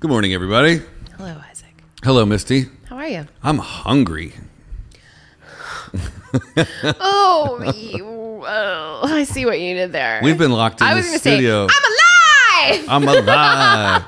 Good morning, everybody. Hello, Isaac. Hello, Misty. How are you? I'm hungry. Oh, you, oh, I see what you did there. We've been locked in I the was gonna studio. Uh, say, I'm alive. I'm alive.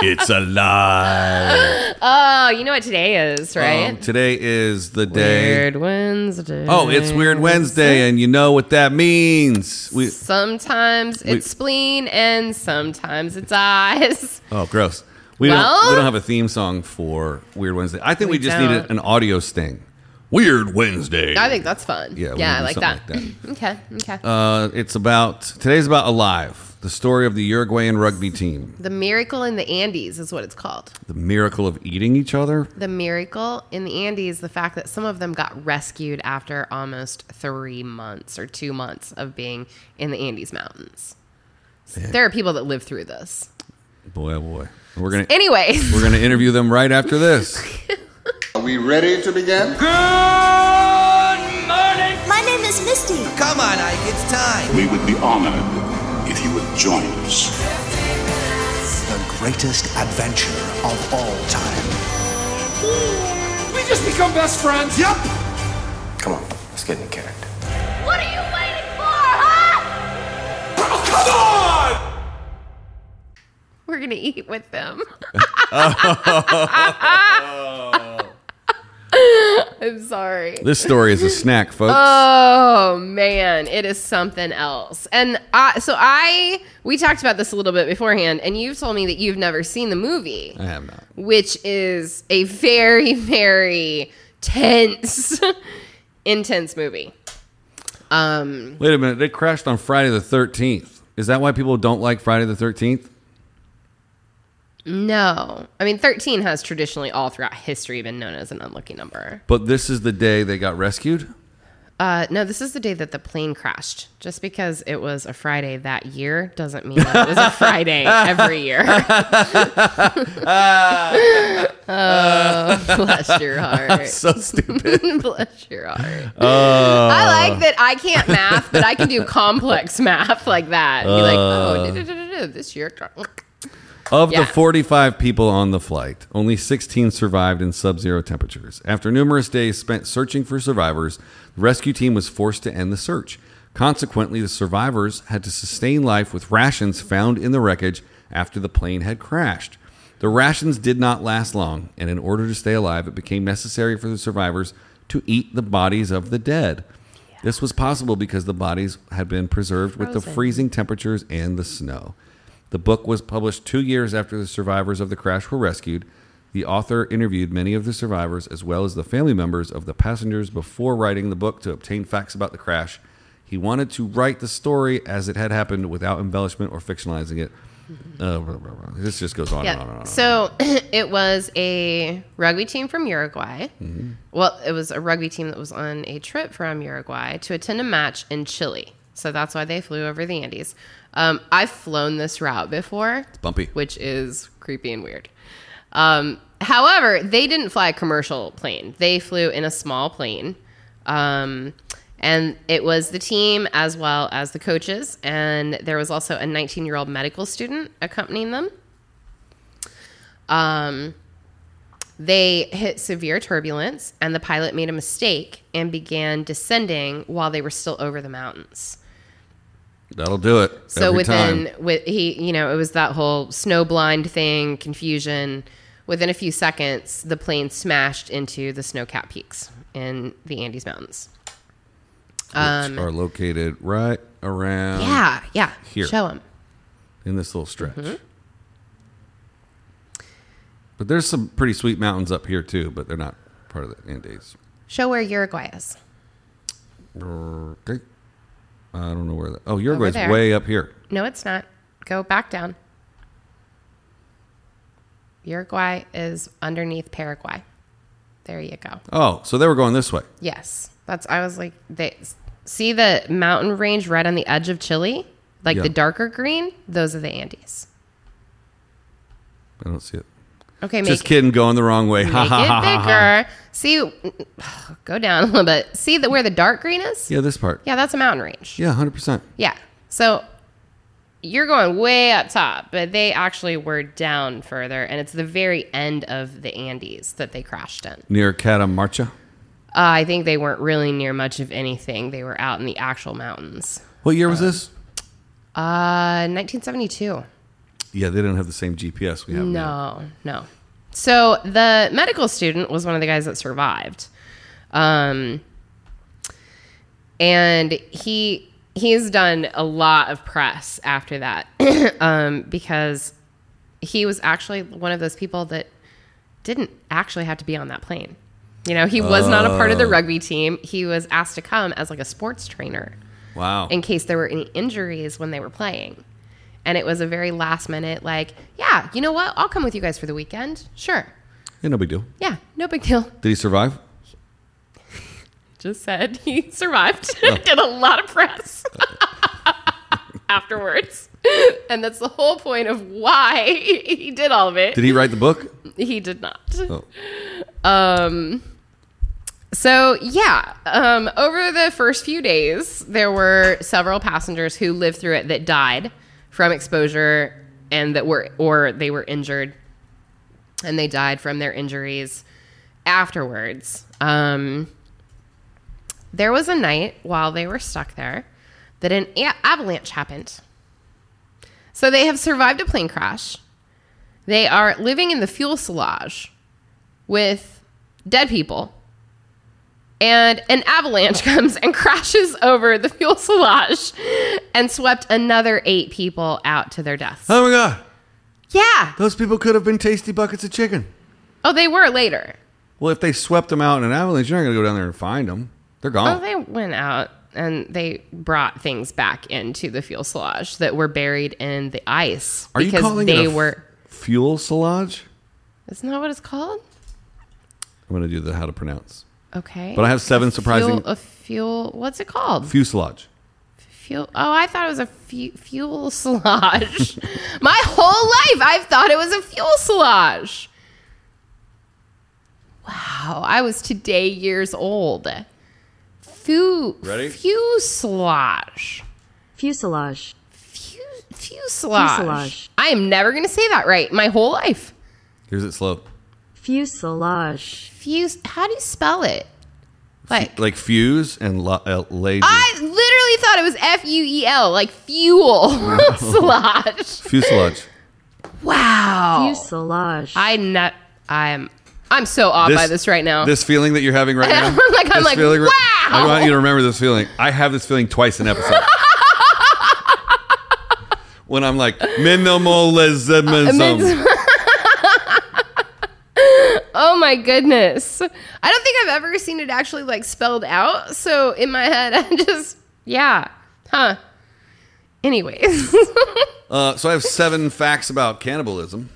it's alive. oh, you know what today is, right? Um, today is the day. Weird Wednesday. Oh, it's Weird Wednesday, and you know what that means. We Sometimes it's spleen and sometimes it's eyes. oh, gross. We don't. Well- We don't have a theme song for Weird Wednesday. I think we, We just don't. needed an audio sting. Weird Wednesday. I think that's fun. Yeah, we yeah, I can like do that. something okay, okay. Uh, it's about today's about alive. The story of the Uruguayan rugby team. the Miracle in the Andes is what it's called. The miracle of eating each other. The Miracle in the Andes, the fact that some of them got rescued after almost three months or two months of being in the Andes Mountains. There are people that live through this. Boy, oh boy. We're gonna Anyways. we're gonna interview them right after this. Are we ready to begin? My name is Misty. Come on, Ike, it's time. We would be honored if you would join us. The greatest adventure of all time. We just become best friends. Yep. Come on, let's get in character. What are you waiting for, huh? Oh, Come on! We're gonna eat with them. I'm sorry. This story is a snack, folks. Oh man, it is something else. And I, so I, we talked about this a little bit beforehand, and you've told me that you've never seen the movie, I have not. which is a very, very tense, intense movie. Um, Wait a minute. They crashed on Friday the 13th. Is that why people don't like Friday the 13th? no, I mean, thirteen has traditionally all throughout history been known as an unlucky number. But this is the day they got rescued? Uh, no, this is the day that the plane crashed. Just because it was a Friday that year doesn't mean that it was a Friday every year. oh, Oh, bless your heart. So stupid. bless your heart. I like that I can't math, but I can do complex math like that. And be like, oh, da-da-da-da-da, this year. of Yeah. the 45 people on the flight, only 16 survived in sub zero temperatures. After numerous days spent searching for survivors, the rescue team was forced to end the search. Consequently, the survivors had to sustain life with rations found in the wreckage after the plane had crashed. The rations did not last long, and in order to stay alive, it became necessary for the survivors to eat the bodies of the dead. This was possible because the bodies had been preserved with the Frozen. freezing temperatures and the snow. The book was published two years after the survivors of the crash were rescued. The author interviewed many of the survivors as well as the family members of the passengers before writing the book to obtain facts about the crash. He wanted to write the story as it had happened without embellishment or fictionalizing it. Uh, blah, blah, blah. This just goes on and on and Mm-hmm. Yeah. on. So it was a rugby team from Uruguay. Well, it was a rugby team that was on a trip from Uruguay to attend a match in Chile. So that's why they flew over the Andes. Um, I've flown this route before. It's bumpy. Which is creepy and weird. Um, however, they didn't fly a commercial plane, they flew in a small plane. Um, and it was the team as well as the coaches. And there was also a 19 year old medical student accompanying them. Um, They hit severe turbulence, and the pilot made a mistake and began descending while they were still over the mountains. That'll do it. So every within time. with he, you know, it was that whole snow blind thing, confusion. Within a few seconds, the plane smashed into the snow-capped peaks in the Andes Mountains. which are located right around um, Yeah, yeah. here. Show them. in this little stretch. Mm-hmm. But there's some pretty sweet mountains up here too, but they're not part of the Andes. Show where Uruguay is. Okay. I don't know where that. Oh, Uruguay's there. way up here. No, it's not. Go back down. Uruguay is underneath Paraguay. There you go. Oh, so they were going this way. Yes, that's. I was like, they see the mountain range right on the edge of Chile, like Yeah. the darker green. Those are the Andes. I don't see it. Okay, make, Just kidding, going the wrong way. Ha make ha ha ha. it ha. bigger. See, go down a little bit. See that where the dark green is? Yeah, this part. Yeah, that's a mountain range. Yeah, hundred percent. Yeah. So you're going way up top, but they actually were down further, and it's the very end of the Andes that they crashed in. Near Catamarca. Uh, I think they weren't really near much of anything. They were out in the actual mountains. What year was this? Uh, 1972. Yeah, they didn't have the same GPS we have now. No, no. So the medical student was one of the guys that survived. Um, and he he's done a lot of press after that um, because he was actually one of those people that didn't actually have to be on that plane. You know, he was not a part of the rugby team. He was asked to come as like a sports trainer Wow. in case there were any injuries when they were playing. And it was a very last minute, like, yeah, you know what? I'll come with you guys for the weekend. Sure. Yeah, no big deal. Yeah, no big deal. Did he survive? Just said he survived. Did a lot of press afterwards. and that's the whole point of why he did all of it. Did he write the book? he did not. Oh. So yeah, um, over the first few days, there were several passengers who lived through it that died from exposure and that were or they were injured, and they died from their injuries afterwards. Um, there was a night while they were stuck there that an a- avalanche happened. So they have survived a plane crash. They are living in the fuselage with dead people and an avalanche comes and crashes over the fuselage and swept another eight people out to their deaths. Oh my god. Yeah. Those people could have been tasty buckets of chicken. Oh, they were later. Well, if they swept them out in an avalanche, you're not going to go down there and find them. They're Oh, gone. they went out and they brought things back into the fuselage that were buried in the ice Are you because calling they it a f- were. fuel salage? Isn't that what it's called? I'm going to do the how to pronounce. Okay. But I have seven surprising fuel. A fuel. What's it called? fuselage. Fuel. Oh, I thought it was a fu- fuel sludge. My whole life, I've thought it was a fuel sludge. Wow, I was today years old. Fu- Ready? Fuselage. Fuselage. Fu- fuselage. Fuselage. I am never going to say that right my whole life. Here's it slow. Fuselage. Fuse. How do you spell it? Like, Like fuse and la- uh, lage. I literally thought it was F U E L, like fuel sludge. Fuselage. Wow. Fuselage. I not I'm I'm so off by this right now. This feeling that you're having right now. Like, I'm this like, feeling- wow! I want you to remember this feeling. I have this feeling twice an episode. when I'm like, Uh, minimalism. oh my goodness. I don't think I've ever seen it actually like spelled out. So in my head I just yeah. Huh. Anyways. Uh, so I have seven facts about cannibalism.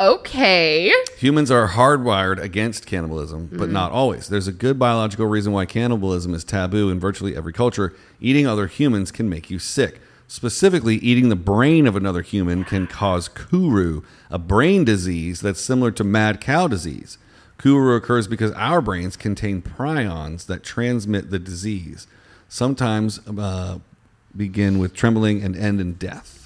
okay. Humans are hardwired against cannibalism, but not always. There's a good biological reason why cannibalism is taboo in virtually every culture. Eating other humans can make you sick. Specifically, eating the brain of another human can cause kuru, a brain disease that's similar to mad cow disease. Kuru occurs because our brains contain prions that transmit the disease, sometimes uh, begin with trembling and end in death.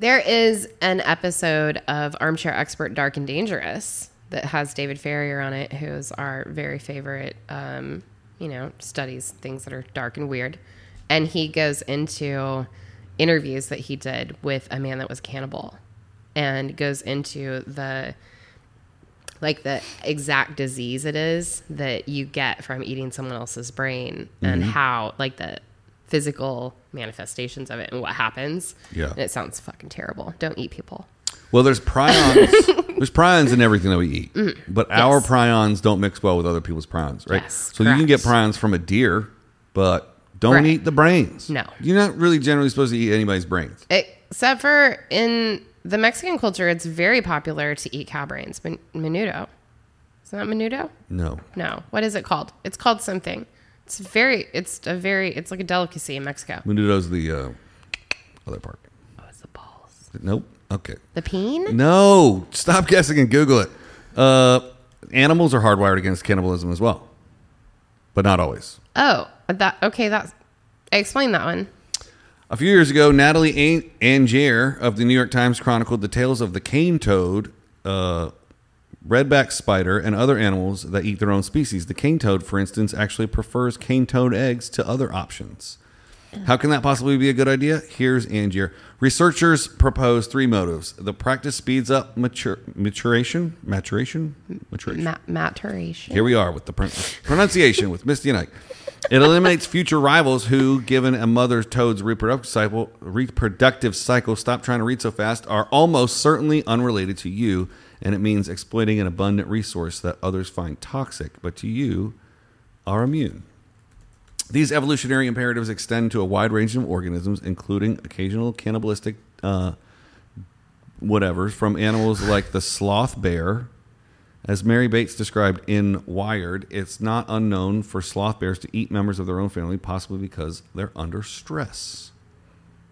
There is an episode of Armchair Expert Dark and Dangerous that has David Ferrier on it, who's our very favorite, um, you know, studies things that are dark and weird. And he goes into interviews that he did with a man that was cannibal and goes into the like the exact disease it is that you get from eating someone else's brain and how like the physical manifestations of it and what happens. Yeah. And it sounds fucking terrible. Don't eat people. Well, there's prions. there's prions in everything that we eat, Mm, but our prions don't mix well with other people's prions, right? Yes, so you can get correct. prions from a deer, but don't Right. eat the brains. No. you're not really generally supposed to eat anybody's brains. Except for in the Mexican culture, it's very popular to eat cow brains. Men- menudo. Is that menudo? No, No. What is it called? It's called something. It's very, it's a very, it's like a delicacy in Mexico. menudo's the uh, other part. Oh, it's the balls. Nope. Okay. The peen? No, stop guessing and Google it. Uh, animals are hardwired against cannibalism as well, but not always. Oh, that, okay, that's, explain that one. A few years ago, Natalie An- Angier of the New York Times chronicled the tales of the cane toad, uh, redback spider, and other animals that eat their own species. The cane toad, for instance, actually prefers cane toad eggs to other options. How can that possibly be a good idea? Here's Angier. Researchers propose three motives. The practice speeds up mature, maturation, maturation, maturation. Ma- maturation. Here we are with the pron- pronunciation with Misty and Ike. It eliminates future rivals who, given a mother toad's reproductive cycle, reproductive cycle, stop trying to read so fast, are almost certainly unrelated to you, and it means exploiting an abundant resource that others find toxic, but to you are immune. These evolutionary imperatives extend to a wide range of organisms, including occasional cannibalistic uh, whatever from animals like the sloth bear. As Mary Bates described in Wired, it's not unknown for sloth bears to eat members of their own family, possibly because they're under stress.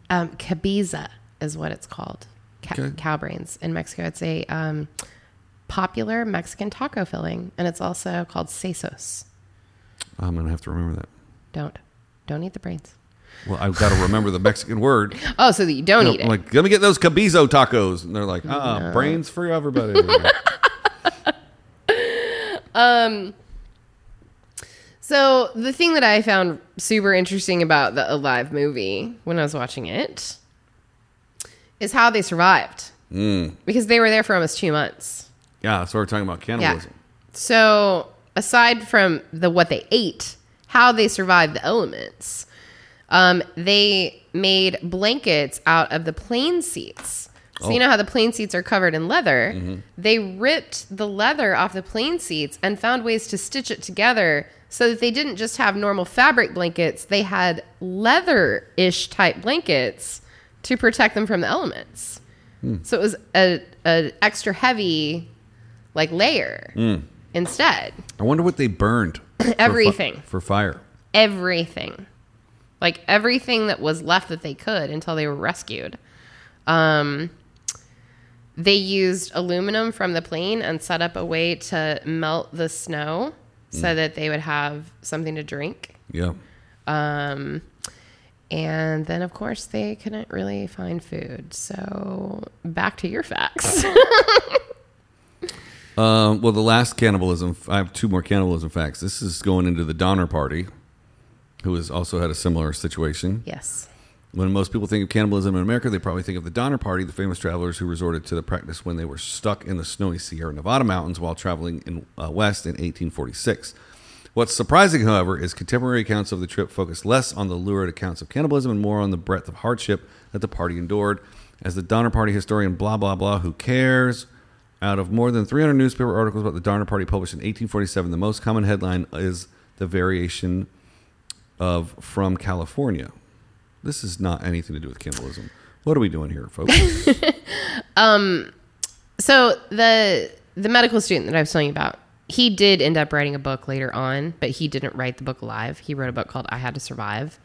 Um, cabiza is what it's called. Ca- Okay. Cow brains in Mexico. It's a um, popular Mexican taco filling, and it's also called sesos. I'm going to have to remember that. Don't, don't eat the brains. Well, I've got to remember the Mexican word. Oh, so that you don't eat it. I'm like, let me get those cabizo tacos. And they're like, ah, brains for everybody. So the thing that I found super interesting about the Alive movie when I was watching it is how they survived Hmm. because they were there for almost two months. yeah, so we're talking about cannibalism. So aside from the what they ate, how they survived the elements, um, they made blankets out of the plane seats. So you know how the plane seats are covered in leather. They ripped the leather off the plane seats and found ways to stitch it together so that they didn't just have normal fabric blankets. They had leather-ish type blankets to protect them from the elements. So it was a, a extra heavy like layer instead. I wonder what they burned. for fi- Everything. For fire. Everything. Like everything that was left that they could until they were rescued. Um they used aluminum from the plane and set up a way to melt the snow so that they would have something to drink. Yeah. And then, of course, they couldn't really find food. So, back to your facts. Um, well, the last cannibalism, I have two more cannibalism facts. This is going into the Donner Party, who has also had a similar situation. yes. When most people think of cannibalism in America, they probably think of the Donner Party, the famous travelers who resorted to the practice when they were stuck in the snowy Sierra Nevada mountains while traveling in uh, west in 1846. What's surprising, however, is contemporary accounts of the trip focus less on the lurid accounts of cannibalism and more on the breadth of hardship that the party endured. As the Donner Party historian, blah, blah, blah, who cares? Out of more than 300 newspaper articles about the Donner Party published in 1847, the most common headline is the variation of from California. This is not anything to do with cannibalism. What are we doing here, folks? So the the medical student that I was telling you about, he did end up writing a book later on, but he didn't write the book alive. He wrote a book called I Had to Survive.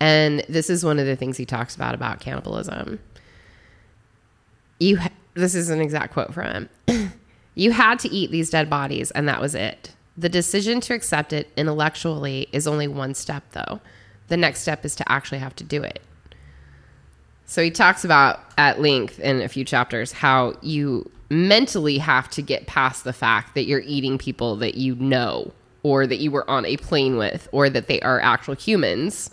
And this is one of the things he talks about about cannibalism. You ha- this is an exact quote from him. you had to eat these dead bodies and that was it. The decision to accept it intellectually is only one step though. The next step is to actually have to do it. So he talks about at length in a few chapters how you mentally have to get past the fact that you're eating people that you know or that you were on a plane with or that they are actual humans.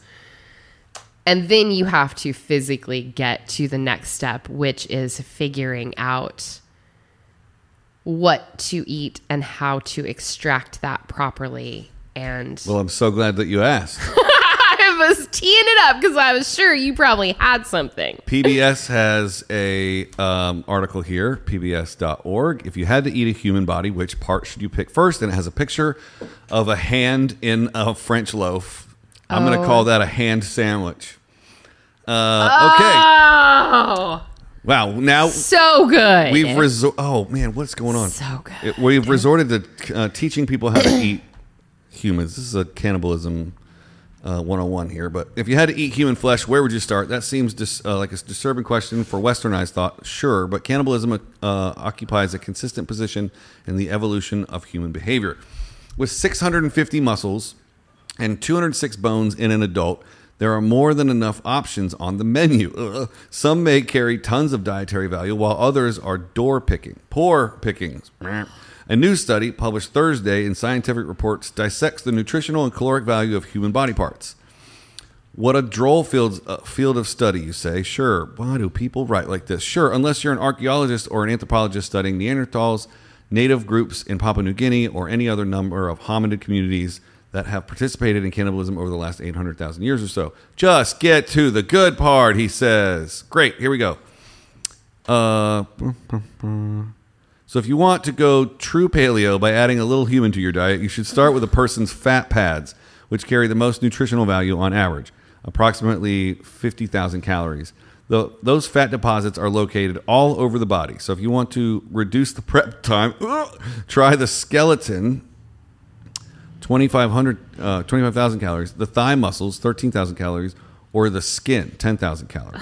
And then you have to physically get to the next step, which is figuring out what to eat and how to extract that properly. And well, I'm so glad that you asked. I was teeing it up because I was sure you probably had something. PBS has a um, article here, pbs.org. If you had to eat a human body, which part should you pick first? And it has a picture of a hand in a French loaf. I'm going to Oh. call that a hand sandwich. Uh, Ah! okay. Oh. Wow. Now so good. we've resor- Oh man, what's going on? So good. It- we've resorted to uh, teaching people how to eat humans. This is a cannibalism uh, 101 here. But if you had to eat human flesh, where would you start? That seems dis- uh, like a disturbing question for Westernized thought, sure, but cannibalism uh, occupies a consistent position in the evolution of human behavior. With 650 muscles and 206 bones in an adult, There are more than enough options on the menu. Ugh. Some may carry tons of dietary value, while others are door picking, poor pickings. Meh. A new study published Thursday in Scientific Reports dissects the nutritional and caloric value of human body parts. What a droll field, uh, field of study, you say. Sure. Why do people write like this? Sure, unless you're an archaeologist or an anthropologist studying Neanderthals, native groups in Papua New Guinea, or any other number of hominid communities that have participated in cannibalism over the last 800,000 years or so. Just get to the good part, he says. Great, here we go. Uh, so if you want to go true paleo by adding a little human to your diet, you should start with a person's fat pads, which carry the most nutritional value on average, approximately 50,000 calories. Tho- those fat deposits are located all over the body. So if you want to reduce the prep time, try the skeleton 2,500, uh, 25,000 calories, the thigh muscles, 13,000 calories, or the skin, 10,000 calories.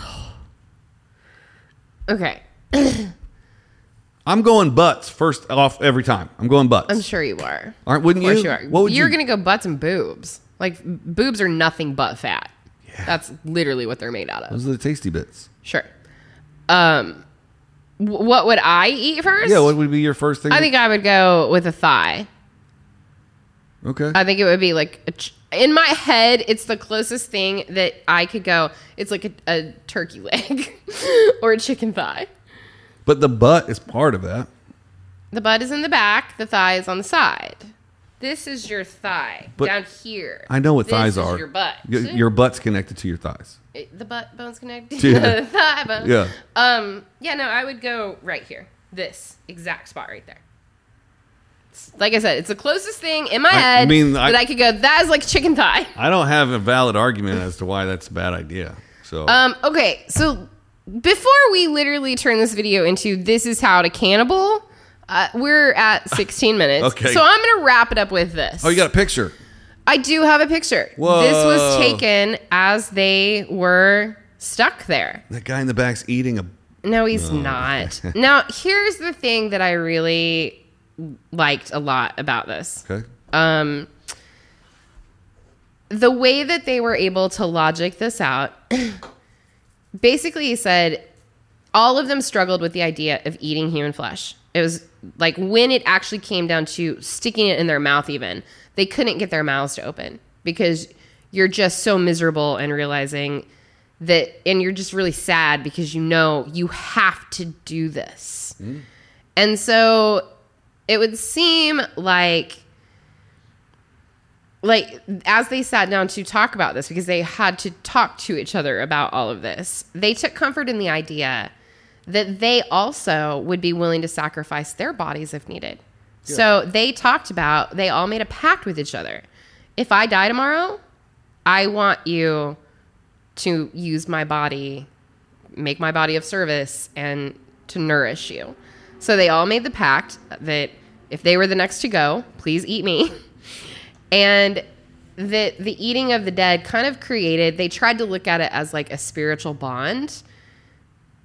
Okay. I'm going butts first off every time. I'm going butts. I'm sure you are. Aren't- wouldn't Of course you? you are. What would You're you- gonna go butts and boobs. Like boobs are nothing but fat. That's literally what they're made out of. Those are the tasty bits. Sure. Um, wh- what would I eat first? Yeah, what would be your first thing? I think I would go with a thigh. Okay. I think it would be like a ch- in my head, it's the closest thing that I could go. It's like a, a turkey leg or a chicken thigh. but the butt is part of that. The butt is in the back. The thigh is on the side. This is your thigh But down here. I know what This thighs is are. Your butt. Y- your butt's connected to your thighs. It- the butt bones connected To the- to the thigh bone. Yeah. Um. Yeah. No, I would go right here. This exact spot right there. It's- Like I said, it's the closest thing in my I head mean, I- that I could go. That is like chicken thigh. I don't have a valid argument as to why that's a bad idea. So Um. Okay. So before we literally turn this video into this is how to cannibal, uh, we're at 16 minutes. Okay. So I'm gonna wrap it up with this. Oh, you got a picture. I do have a picture. Whoa. This was taken as they were stuck there. That guy in the back's eating a No, he's not. now, here's the thing that I really liked a lot about this. Okay. Um, the way that they were able to logic this out, basically, he said all of them struggled with the idea of eating human flesh. It was like when it actually came down to sticking it in their mouth, even, they couldn't get their mouths to open because you're just so miserable and realizing that, and you're just really sad because you know you have to do this. And so it would seem like like as they sat down to talk about this because they had to talk to each other about all of this they took comfort in the idea that they also would be willing to sacrifice their bodies if needed so they talked about they all made a pact with each other if i die tomorrow i want you to use my body make my body of service and to nourish you so they all made the pact that if they were the next to go please eat me and the the eating of the dead kind of created they tried to look at it as like a spiritual bond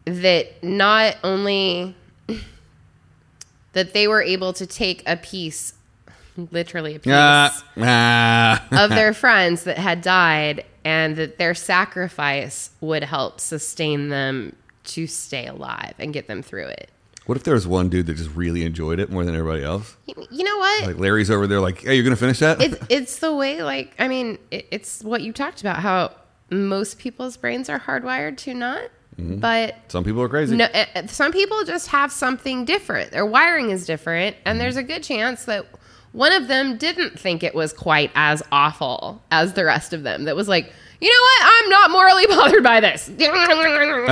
that not only that they were able to take a piece literally a piece Ah, ah. of their friends that had died and that their sacrifice would help sustain them to stay alive and get them through it what if there was one dude that just really enjoyed it more than everybody else? you, you know what Like Larry's over there, like, hey, you're gonna finish that? it's it's the way like I mean it, it's what you talked about how most people's brains are hardwired to not, but Some people are crazy. no, uh, uh, some people just have something different. Their wiring is different, and there's a good chance that one of them didn't think it was quite as awful as the rest of them. That was like, you know what, I'm not morally bothered by this. I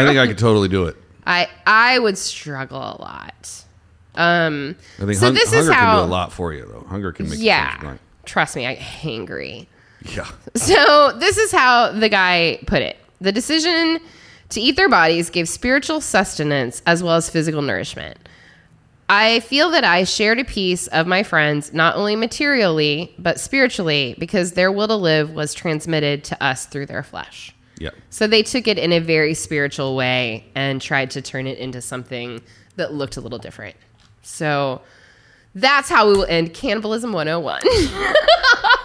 I think I could totally do it. I I would struggle a lot. Um, I think so hun- this is hunger how can do a lot for you, though. Hunger can make you change your yeah. mind. Trust me, I get hangry. yeah. So, this is how the guy put it the decision to eat their bodies gave spiritual sustenance as well as physical nourishment. I feel that I shared a piece of my friends, not only materially, but spiritually, because their will to live was transmitted to us through their flesh. Yeah. So they took it in a very spiritual way and tried to turn it into something that looked a little different. So That's how we will end Cannibalism 101.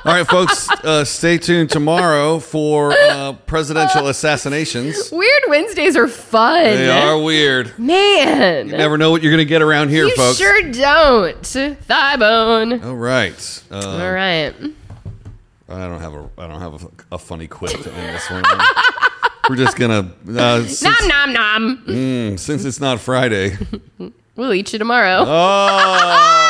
All right, folks, uh, stay tuned tomorrow for uh, presidential assassinations. Weird Wednesdays are fun. They are weird. Man. You never know what you're going to get around here, You folks. sure don't. Thigh bone. All right. Uh, All right. I don't have a I don't have a, a funny quip to end this one. We're just gonna uh, Nom since, nom nom. since it's not Friday. We'll eat you tomorrow. Oh.